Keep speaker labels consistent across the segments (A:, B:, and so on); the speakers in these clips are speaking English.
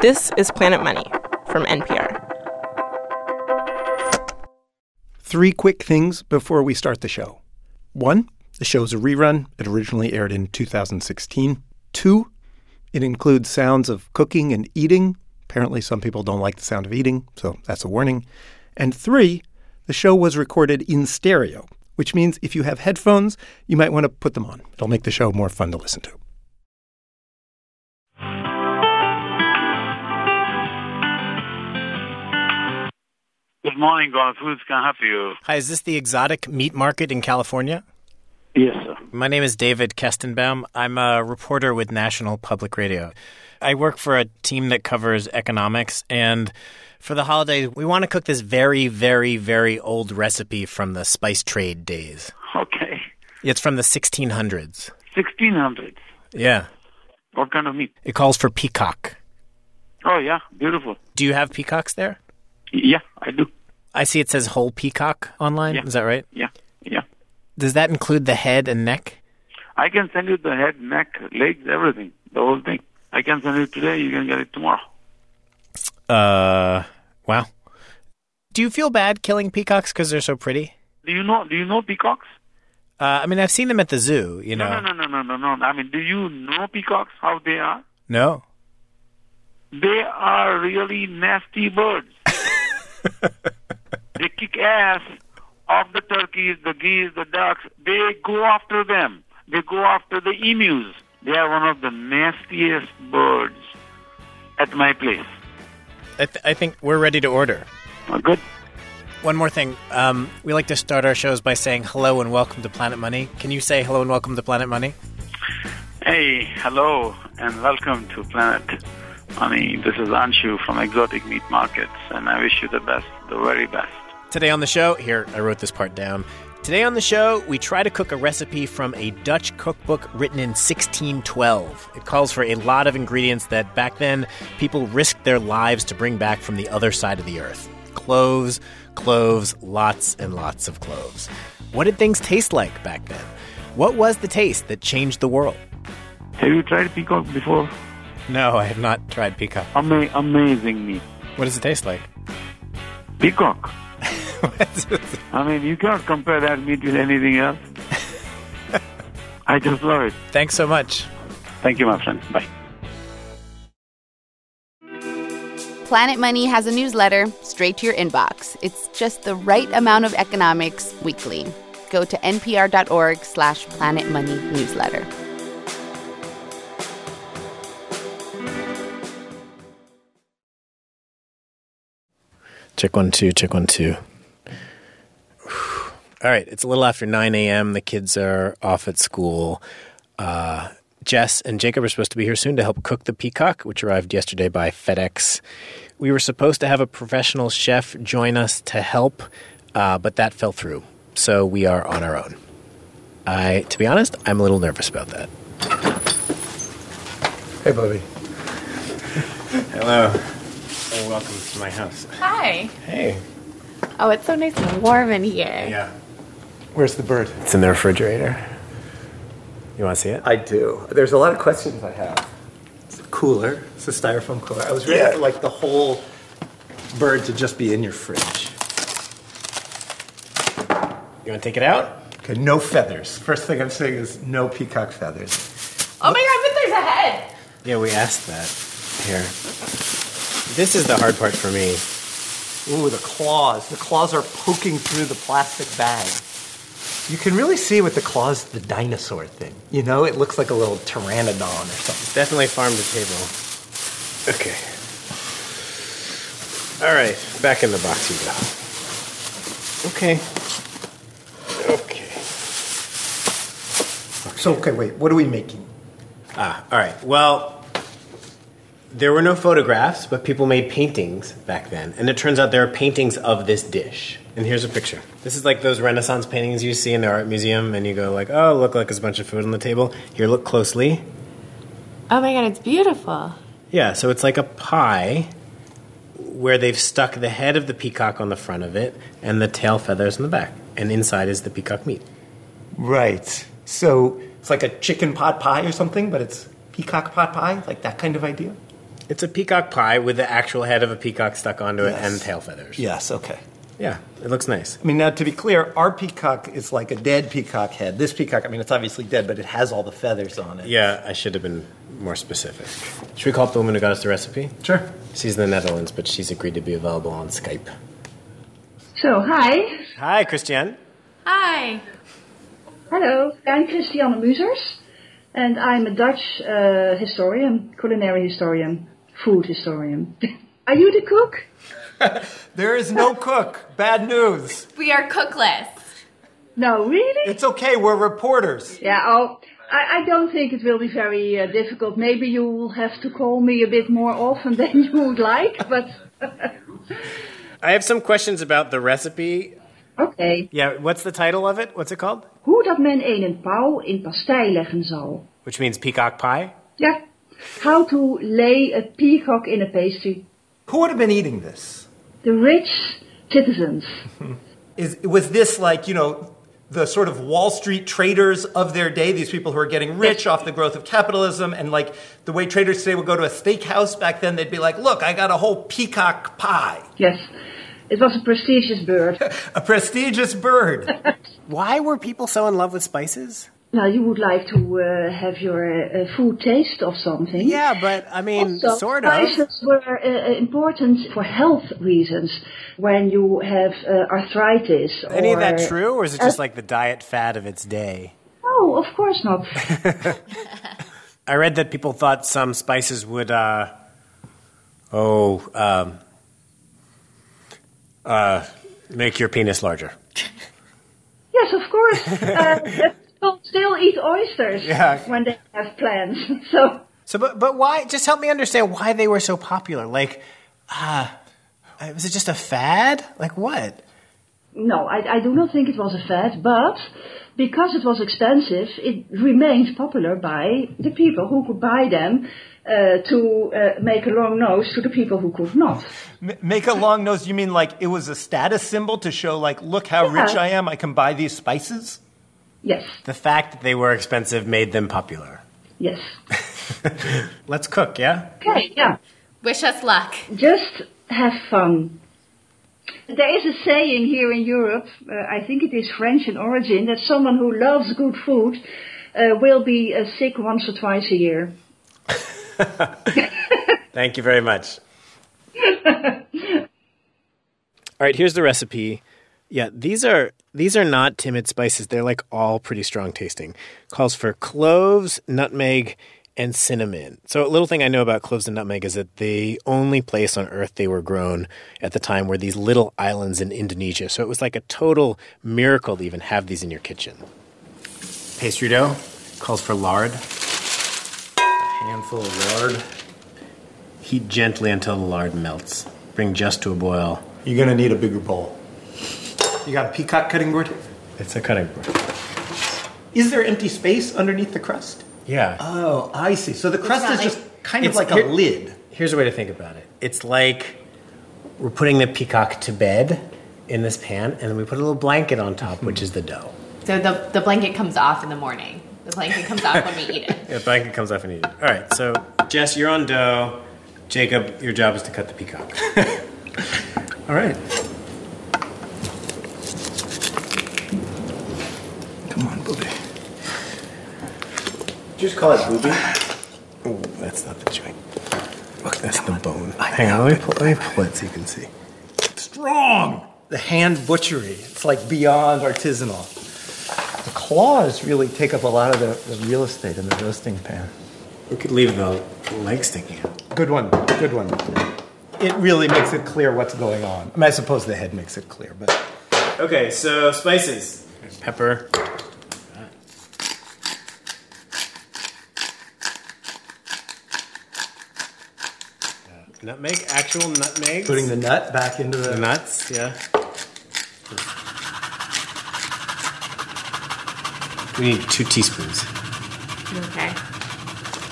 A: This is Planet Money from NPR.
B: Three quick things before we start the show. One, the show's a rerun. It originally aired in 2016. Two, it includes sounds of cooking and eating. Apparently, some people don't like the sound of eating, so that's a warning. And three, the show was recorded in stereo, which means if you have headphones, you might want to put them on. It'll make the show more fun to listen to.
C: Good morning, Gone Foods. Can I help you?
D: Hi, is this the exotic meat market in California?
C: Yes, sir.
D: My name is David Kestenbaum. I'm a reporter with National Public Radio. I work for a team that covers economics, and for the holidays, we want to cook this very, very, very old recipe from the spice trade days.
C: Okay.
D: It's from the 1600s.
C: 1600.
D: Yeah.
C: What kind of meat?
D: It calls for peacock.
C: Oh, yeah. Beautiful.
D: Do you have peacocks there?
C: Yeah, I do.
D: I see it says whole peacock online.
C: Yeah.
D: Is that right?
C: Yeah. Yeah.
D: Does that include the head and neck?
C: I can send you the head, neck, legs, everything. The whole thing. I can send it today. You can get it tomorrow.
D: Uh, wow. Do you feel bad killing peacocks because they're so pretty?
C: Do you know? Do you know peacocks?
D: Uh, I mean, I've seen them at the zoo. You know,
C: No, no, no, no, no, no. no. I mean, do you know peacocks? How they are?
D: No.
C: They are really nasty birds. they kick ass of the turkeys, the geese, the ducks. They go after them. They go after the emus. They are one of the nastiest birds at my place.
D: I, th- I think we're ready to order.
C: Uh, Good.
D: One more thing. Um, we like to start our shows by saying hello and welcome to Planet Money. Can you say hello and welcome to Planet Money?
C: Hey, hello, and welcome to Planet Money. This is Anshu from Exotic Meat Markets, and I wish you the best, the very best.
D: Today on the show, here, I wrote this part down. Today on the show, we try to cook a recipe from a Dutch cookbook written in 1612. It calls for a lot of ingredients that back then people risked their lives to bring back from the other side of the earth cloves, cloves, lots and lots of cloves. What did things taste like back then? What was the taste that changed the world?
C: Have you tried peacock before?
D: No, I have not tried peacock.
C: Ama- amazing meat.
D: What does it taste like?
C: Peacock. I mean, you can't compare that meat with anything else. I just love it.
D: Thanks so much.
C: Thank you, my friend. Bye.
E: Planet Money has a newsletter straight to your inbox. It's just the right amount of economics weekly. Go to npr.org slash Planet Money newsletter.
D: Check one, two, check one, two. All right, it's a little after 9 a.m. The kids are off at school. Uh, Jess and Jacob are supposed to be here soon to help cook the peacock, which arrived yesterday by FedEx. We were supposed to have a professional chef join us to help, uh, but that fell through. So we are on our own. I, to be honest, I'm a little nervous about that. Hey, Bobby. Hello. And welcome to my house.
F: Hi.
D: Hey.
F: Oh, it's so nice and warm in here.
D: Yeah.
G: Where's the bird?
D: It's in the refrigerator. You want to see it?
G: I do. There's a lot of questions I have. It's a cooler. It's a styrofoam cooler. I was ready
D: Yeah.
G: for like the whole bird to just be in your fridge.
D: You want to take it out?
G: Okay, no feathers. First thing I'm saying is no peacock feathers.
F: Oh my god, but there's a head.
D: Yeah, we asked that. Here. This is the hard part for me.
G: Ooh, the claws. The claws are poking through the plastic bag. You can really see with the claws the dinosaur thing. You know, it looks like a little pteranodon or something.
D: It's definitely farm to table. Okay. All right, back in the box you go. Okay. Okay.
G: So, okay, wait. What are we making?
D: Ah, all right. Well, there were no photographs, but people made paintings back then. And it turns out there are paintings of this dish. And here's a picture. This is like those Renaissance paintings you see in the art museum, and you go like, "Oh, look like there's a bunch of food on the table." Here, look closely.
F: Oh my god, it's beautiful.
D: Yeah, so it's like a pie where they've stuck the head of the peacock on the front of it and the tail feathers in the back, and inside is the peacock meat.
G: Right. So it's like a chicken pot pie or something, but it's peacock pot pie, like that kind of idea.
D: It's a peacock pie with the actual head of a peacock stuck onto it and tail feathers.
G: Yes, okay.
D: Yeah, it looks nice.
G: I mean, now to be clear, our peacock is like a dead peacock head. This peacock, I mean, it's obviously dead, but it has all the feathers on it.
D: Yeah, I should have been more specific. Should we call up the woman who got us the recipe?
G: Sure.
D: She's in the Netherlands, but she's agreed to be available on Skype.
H: Zo, hi.
D: Hi, Christiane.
F: Hi.
H: Hello, I'm Christiane Musers, and I'm a Dutch uh, historian, culinary historian, food historian. Are you the cook?
G: There is no cook. Bad news.
F: We are cookless.
H: No, really?
G: It's okay, we're reporters.
H: Yeah, oh, I, I don't think it will be very uh, difficult. Maybe you will have to call me a bit more often than you would like, but
D: I have some questions about the recipe.
H: okay.
D: Yeah, what's the title of it? What's it called?
H: Hoe dat men een pauw in pastei leggen zal.
D: Which means peacock pie.
H: Yeah. How to lay a peacock in a pastry.
G: Who would have been eating this?
H: The rich citizens.
G: Is, was this like, you know, the sort of Wall Street traders of their day, these people who are getting rich off the growth of capitalism, and like the way traders today would go to a steakhouse back then, they'd be like, look, I got a whole peacock pie,
H: Yes. It was a prestigious bird.
G: a prestigious bird.
D: Why were people so in love with spices?
H: now, you would like to uh, have your uh, uh, food taste of something.
D: Yeah, but I mean,
H: also,
D: sort of.
H: Spices were uh, uh, important for health reasons when you have uh, arthritis.
D: Any of that
H: or- Uh,
D: true, or is it just like the diet fad of its day?
H: No, of course not.
D: I read that people thought some spices would, uh, oh, um, uh, make your penis larger.
H: yes, of course. Uh, people still eat oysters
D: Yeah.
H: when they have plans. So,
D: So, but, but why? Just help me understand why they were so popular. Like, uh, was it just a fad? Like what?
H: no, I, I do not think it was a fad, but because it was expensive, it remained popular by the people who could buy them uh, to uh, make a long nose to the people who could not.
G: M- Make a long nose, you mean like it was a status symbol to show, like, look how rich
H: Yeah.
G: I am, I can buy these spices?
H: Yes,
D: The fact that they were expensive made them popular.
H: yes.
D: Let's cook, yeah?
H: Okay, yeah.
F: Wish us luck.
H: Just have fun. There is a saying here in Europe, uh, I think it is French in origin, that someone who loves good food uh, will be uh, sick once or twice a year.
D: Thank you very much. all right, here's the recipe. Yeah, these are these are not timid spices. They're like all pretty strong tasting. Calls for cloves, nutmeg, and cinnamon. So a little thing I know about cloves and nutmeg is that the only place on earth they were grown at the time were these little islands in Indonesia. So it was like a total miracle to even have these in your kitchen. Pastry dough calls for lard. Handful of lard. Heat gently until the lard melts. Bring just to a boil.
G: You're gonna need a bigger bowl. You got a peacock cutting board?
D: It's a cutting board.
G: Is there empty space underneath the crust?
D: Yeah.
G: Oh, I see. So the crust is just kind of
D: it's
G: like a
D: here-
G: lid.
D: Here's a way to think about it. It's like we're putting the peacock to bed in this pan, and then we put a little blanket on top, which is the dough.
F: So the, the blanket comes off in the morning. The blanket comes off when we eat it.
D: Yeah, the blanket comes off and eat it. All right, so Jess, you're on dough. Jacob, your job is to cut the peacock. All right.
G: Come on, booby. Just call it booby.
D: Ooh, that's not the joint. Look, that's the bone. Hang on, let me pull, let me pull it so you can see.
G: Strong! The hand butchery. It's like beyond artisanal. The claws really take up a lot of the, the real estate in the roasting pan.
D: We could leave the leg sticking out.
G: Good one. Good one. It really makes it clear what's going on. I, mean, I suppose the head makes it clear, but
D: Okay, so spices. Pepper. Nutmeg, actual nutmeg.
G: putting the nut back into the.
D: nuts, yeah. We need two teaspoons.
F: Okay.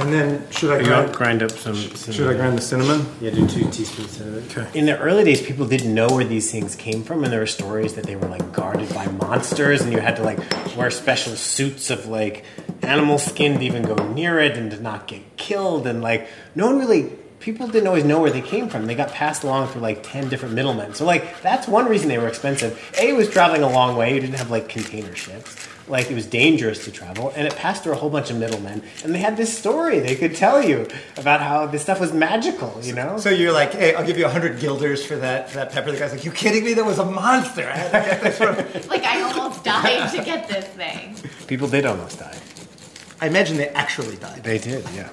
G: And then should I
D: Grind, grind up some. cinnamon.
G: the cinnamon?
D: Yeah, do two teaspoons cinnamon. In the early days, people didn't know where these things came from, and there were stories that they were like guarded by monsters, and you had to like wear special suits of like animal skin to even go near it and to not get killed, and like no one really people didn't always know where they came from. They got passed along through like 10 different middlemen. So, like, that's one reason they were expensive. A, it was traveling a long way. You didn't have like container ships. Like, it was dangerous to travel. And it passed through a whole bunch of middlemen. And they had this story they could tell you about how this stuff was magical, you know?
G: So you're like, hey, I'll give you 100 guilders for that, for that pepper. The guy's like, you kidding me? That was a monster. I had to get this from.
F: Like I almost died to get this thing.
D: people did almost die.
G: I imagine they actually died.
D: They did, yeah.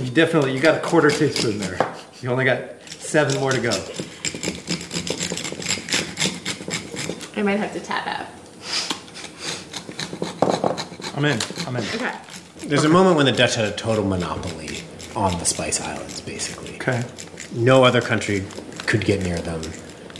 G: You definitely, you got a quarter teaspoon there. You only got seven more to go.
F: I might have to tap out.
G: I'm in. I'm in.
F: Okay.
D: There's a moment when the Dutch had a total monopoly on the Spice Islands, basically.
G: Okay.
D: no other country could get near them.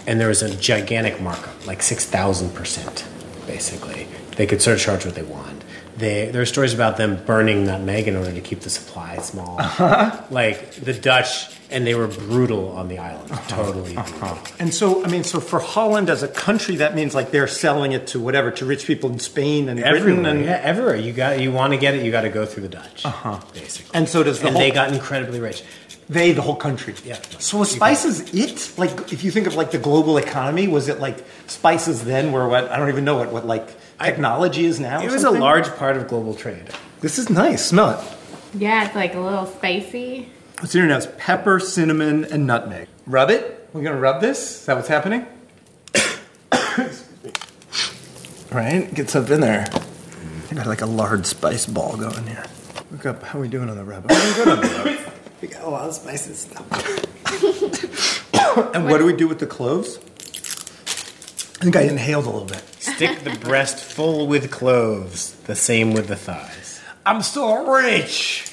D: And there was a gigantic markup, like 6,000%, basically. They could surcharge what they want. They, there are stories about them burning nutmeg in order to keep the supply small.
G: Uh-huh.
D: Like the Dutch, and they were brutal on the island.
G: Uh-huh.
D: Totally. brutal.
G: And so, I mean, so for Holland as a country, that means like they're selling it to whatever, to rich people in Spain and Britain.
D: Everywhere,
G: And,
D: yeah, everywhere. You got, you want to get it, you got to go through the Dutch. Uh-huh. Basically.
G: And so does the
D: And
G: whole-
D: they got incredibly rich.
G: They, the whole country.
D: Yeah.
G: So was spices it? Like, if you think of like the global economy, was it like spices then were what, I don't even know what, what like
D: I-
G: technology is now? or
D: It was a
G: something?
D: large part of global trade.
G: This is nice. Smell it.
F: Yeah, it's like a little spicy.
G: What's in here now is pepper, cinnamon, and nutmeg. Rub it. We're gonna rub this. Is that what's happening? right, gets up in there. I got like a large spice ball going here. Look up how we doing on the rub. Oh, we're good on the rub. we got a lot of spices. and what do we do with the cloves? I think I inhaled a little bit.
D: Stick the breast full with cloves. The same with the thighs.
G: I'm still rich.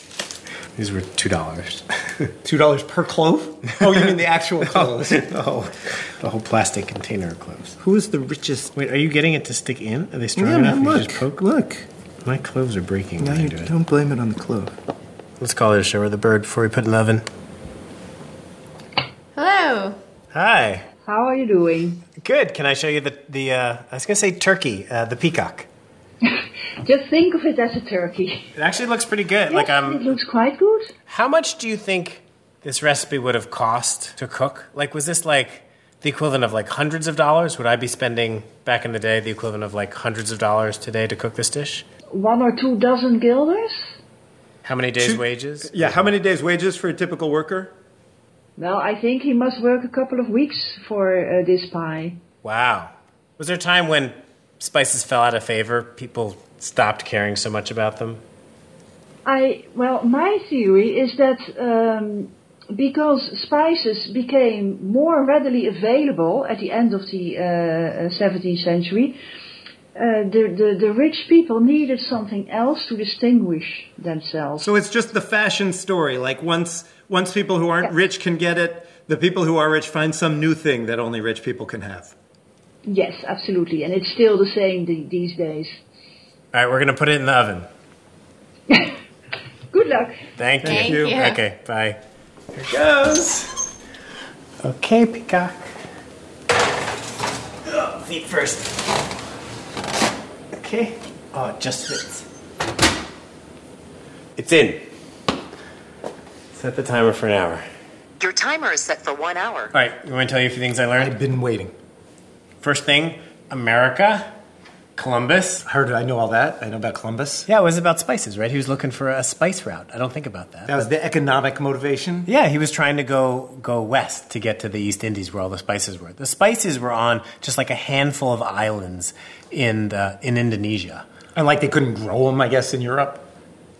D: These were two dollars.
G: Two dollars per clove? Oh, you mean the actual cloves?
D: oh, the whole plastic container of cloves.
G: Who is the richest?
D: Wait, are you getting it to stick in? Are they strong
G: Yeah,
D: enough?
G: man,
D: You
G: look,
D: just poke?
G: look.
D: My cloves are breaking.
G: Now
D: when I
G: you
D: do it.
G: don't blame it on the clove.
D: Let's call it a show with the bird before we put it in the oven.
F: Hello.
D: Hi.
H: How are you doing?
D: Good. Can I show you the the? Uh, I was gonna say turkey, uh, the peacock.
H: Just think of it as a turkey.
D: It actually looks pretty good. Like
H: Yes,
D: um,
H: it looks quite good.
D: how much do you think this recipe would have cost to cook? Like, was this like the equivalent of like hundreds of dollars? Would I be spending back in the day the equivalent of like hundreds of dollars today to cook this dish?
H: One or two dozen guilders?
D: How many days'
G: Two-
D: wages?
G: Yeah, how many days' wages for a typical worker?
H: Well, I think he must work a couple of weeks for uh, this pie.
D: Wow. Was there a time when spices fell out of favor? People stopped caring so much about them?
H: I well, my theory is that um, because spices became more readily available at the end of the uh, uh, 17th century, uh, the, the the rich people needed something else to distinguish themselves.
G: So it's just the fashion story. Like once once people who aren't
H: Yeah.
G: rich can get it, the people who are rich find some new thing that only rich people can have.
H: yes, absolutely, and it's still the same the, these days.
D: All right, we're going to put it in the oven.
H: Good luck.
D: Thank,
F: Thank
D: you.
F: you. you.
D: Okay, bye. Here it goes. Okay, peacock. Oh, feet first. Okay. Oh, it just fits. It's in. Set the timer for an hour. All
I: Your timer is set for one hour.
D: right, you want to tell you a few things I learned?
G: been waiting.
D: First thing, America, Columbus.
G: I heard I know all that. I know about Columbus.
D: Yeah, it was about spices, right? He was looking for a spice route. I don't think about that.
G: That was the economic motivation.
D: yeah, he was trying to go go west to get to the East Indies, where all the spices were. The spices were on just like a handful of islands in the, in Indonesia.
G: And like they couldn't grow them, I guess, in Europe.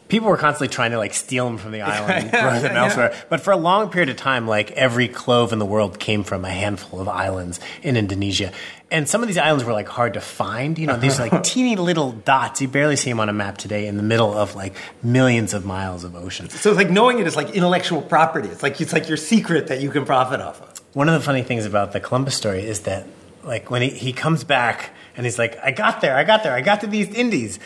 D: People were constantly trying to like steal them from the island and grow them elsewhere. But for a long period of time, like every clove in the world came from a handful of islands in Indonesia. And some of these islands were like hard to find. You know, these like teeny little dots. You barely see them on a map today in the middle of like millions of miles of ocean.
G: So it's like knowing it is like intellectual property. It's like it's like your secret that you can profit off of.
D: One of the funny things about the Columbus story is that, like, when he, he comes back and he's like, I got there, I got there, I got to the East Indies.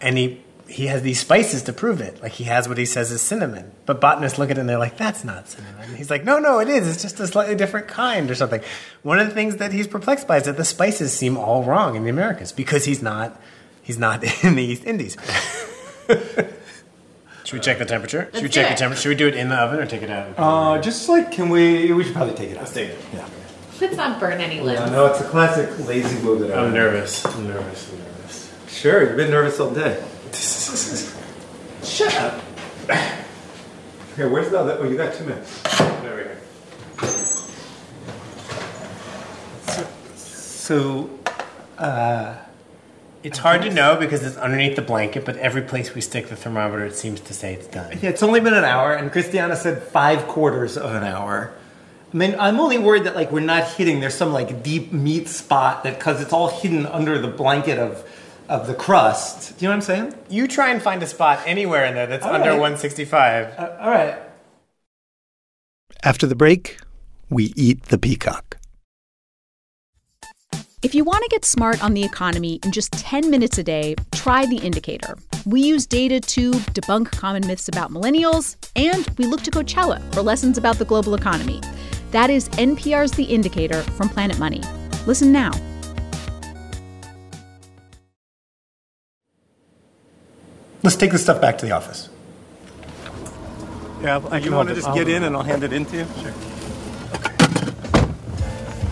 D: And he, he has these spices to prove it. Like, he has what he says is cinnamon. But botanists look at it and they're like, that's not cinnamon. And he's like, no, no, it is. It's just a slightly different kind or something. One of the things that he's perplexed by is that the spices seem all wrong in the Americas because he's not, he's not in the East Indies. Should we check the temperature? Should we
F: Let's
D: check
F: do
D: the
F: it.
D: temperature? Should we do it in the oven or take it out?
B: Uh, just like, can we? We should probably take it out.
D: Let's take it.
F: Let's not burn any
G: I
F: limbs.
G: know it's a classic lazy move that
D: I'm
G: I
D: nervous. I'm nervous. I'm nervous.
G: Sure, you've been nervous all day. Shut up. Okay, where's the other? Oh, you got two minutes.
D: There we go.
G: So,
D: It's hard to know because it's underneath the blanket, but every place we stick the thermometer, it seems to say it's done.
G: yeah, it's only been an hour, and Christiana said five quarters of an hour. I mean, I'm only worried that like we're not hitting. There's some like deep meat spot that because it's all hidden under the blanket of of the crust. Do you know what I'm saying?
D: You try and find a spot anywhere in there that's
G: All
D: under
G: right.
D: 165.
G: Uh, all right.
B: After the break, we eat the peacock.
J: If you want to get smart on the economy in just 10 minutes a day, try The Indicator. We use data to debunk common myths about millennials, and we look to Coachella for lessons about the global economy. That is NPR's The Indicator from Planet Money. Listen now.
G: Let's take this stuff back to the office.
B: Yeah, I
G: can hold it. I'll hold it.
B: and I'll hand it in to you? Sure.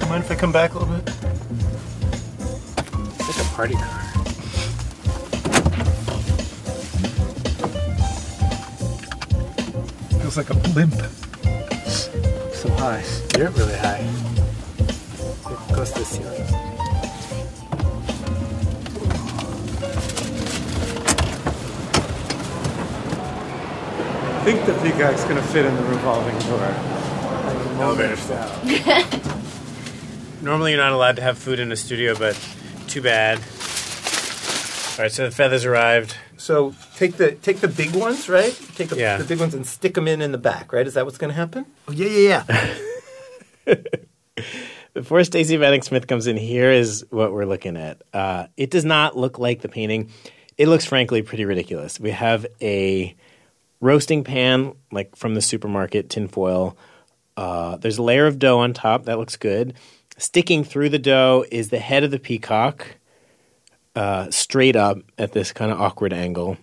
G: Mind if I come back a little bit?
D: It's like a party car.
G: Feels like a blimp. So high.
D: You're really high. Close to the ceiling.
B: I think the peacock's going to fit in the revolving door.
D: Elevator Normally, you're not allowed to have food in a studio, but too bad. All right, so the feathers arrived.
G: So take the take the big ones, right? Take the,
D: Yeah.
G: the big ones and stick them in in the back, right? Is that what's going to happen?
D: Yeah, yeah, yeah. Before Stacey Vanek Smith comes in, here is what we're looking at. Uh, it does not look like the painting. It looks, frankly, pretty ridiculous. We have a roasting pan, like from the supermarket, tinfoil. Uh, there's a layer of dough on top. That looks good. Sticking through the dough is the head of the peacock, uh, straight up at this kind of awkward angle.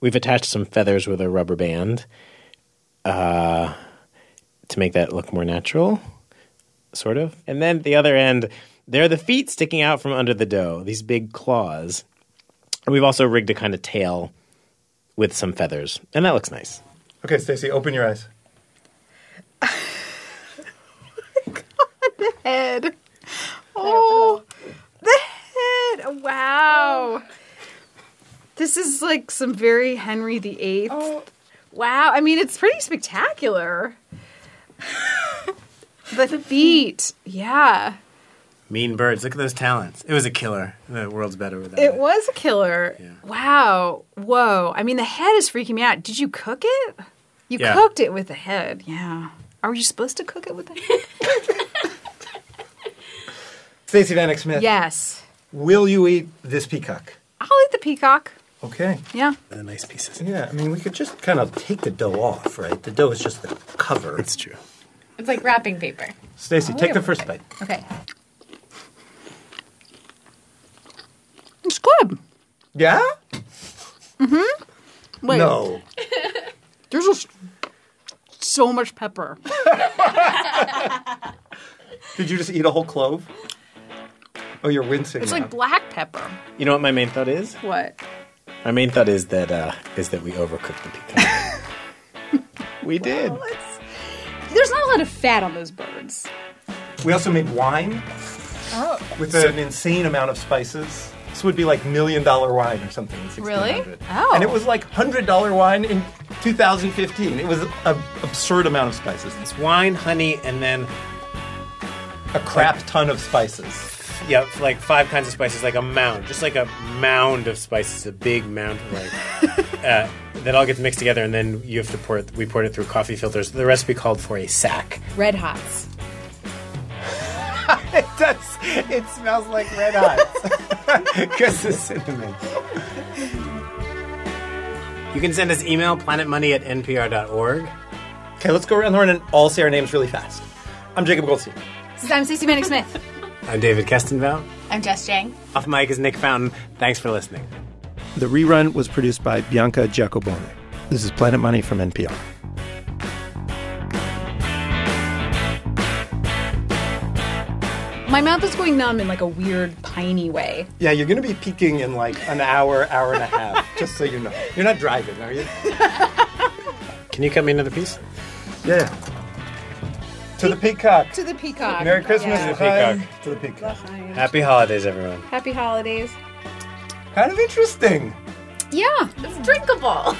D: We've attached some feathers with a rubber band uh, to make that look more natural, sort of. And then the other end, there are the feet sticking out from under the dough, these big claws. And we've also rigged a kind of tail with some feathers, and that looks nice.
G: Okay, Stacy, open your eyes.
K: head. Oh, the head. Wow. This is like some very Henry VIII.
F: Oh.
K: Wow. I mean, it's pretty spectacular. the, feet. Yeah.
D: Mean birds, look at those talents. It was a killer. The world's better without
K: It was a killer. Wow. Whoa. I mean, the head is freaking me out. Did you cook it? You
D: Yeah.
K: cooked it with the head. Yeah. Are you supposed to cook it with the head?
G: Stacy Vanek Smith,
K: yes.
G: will you eat this peacock?
K: I'll eat the peacock.
G: Okay.
K: Yeah.
D: The nice pieces.
G: Yeah, I mean, we could just kind of take the dough off, right? The dough is just the cover.
D: It's true.
F: It's like wrapping paper.
G: Stacy, take
K: Oh,
G: the first bite.
K: Okay. It's good.
G: Yeah? Mm-hmm.
K: Mm-hmm.
G: No.
K: There's just so much pepper.
G: Did you just eat a whole clove? Oh, you're wincing.
K: It's
G: now.
K: like black pepper.
D: You know what my main thought is?
K: What?
D: My main thought is that uh, is that we overcooked the pecan. we did.
K: There's not a lot of fat on those birds.
G: we also made wine
K: Oh.
G: with an insane amount of spices. This would be like million dollar wine or something. in 1600.
K: Really? Oh.
G: And it was like hundred dollar wine in 2015. It was an absurd amount of spices.
D: It's wine, honey, and then
G: A crap ton of spices.
D: Yeah, like five kinds of spices, like a mound, just like a mound of spices, a big mound, like uh, that all gets mixed together, and then you have to pour it. We poured it through coffee filters. The recipe called for a sack.
K: Red hots.
D: It does. It smells like red hot because the cinnamon. You can send us email planetmoney at npr.org.
G: Okay, let's go around the horn and all say our names really fast. I'm Jacob Goldstein.
K: I'm Stacey Vanek Smith.
D: I'm David Kestenbaum.
F: I'm Jess Jang.
D: Off mic is Nick Fountain. Thanks for listening.
B: The rerun was produced by Bianca Giacobone. This is Planet Money from NPR.
J: My mouth is going numb in like a weird piney way.
G: Yeah, you're going to be peaking in like an hour, hour and a half, just so you know. You're not driving, are you?
D: Can you cut me another piece?
G: Yeah. To the peacock.
K: To the peacock.
G: Merry Christmas,
K: Yeah.
G: L'chaim. To the peacock.
D: Happy holidays, everyone.
K: Happy holidays.
G: Kind of interesting.
K: Yeah, it's drinkable.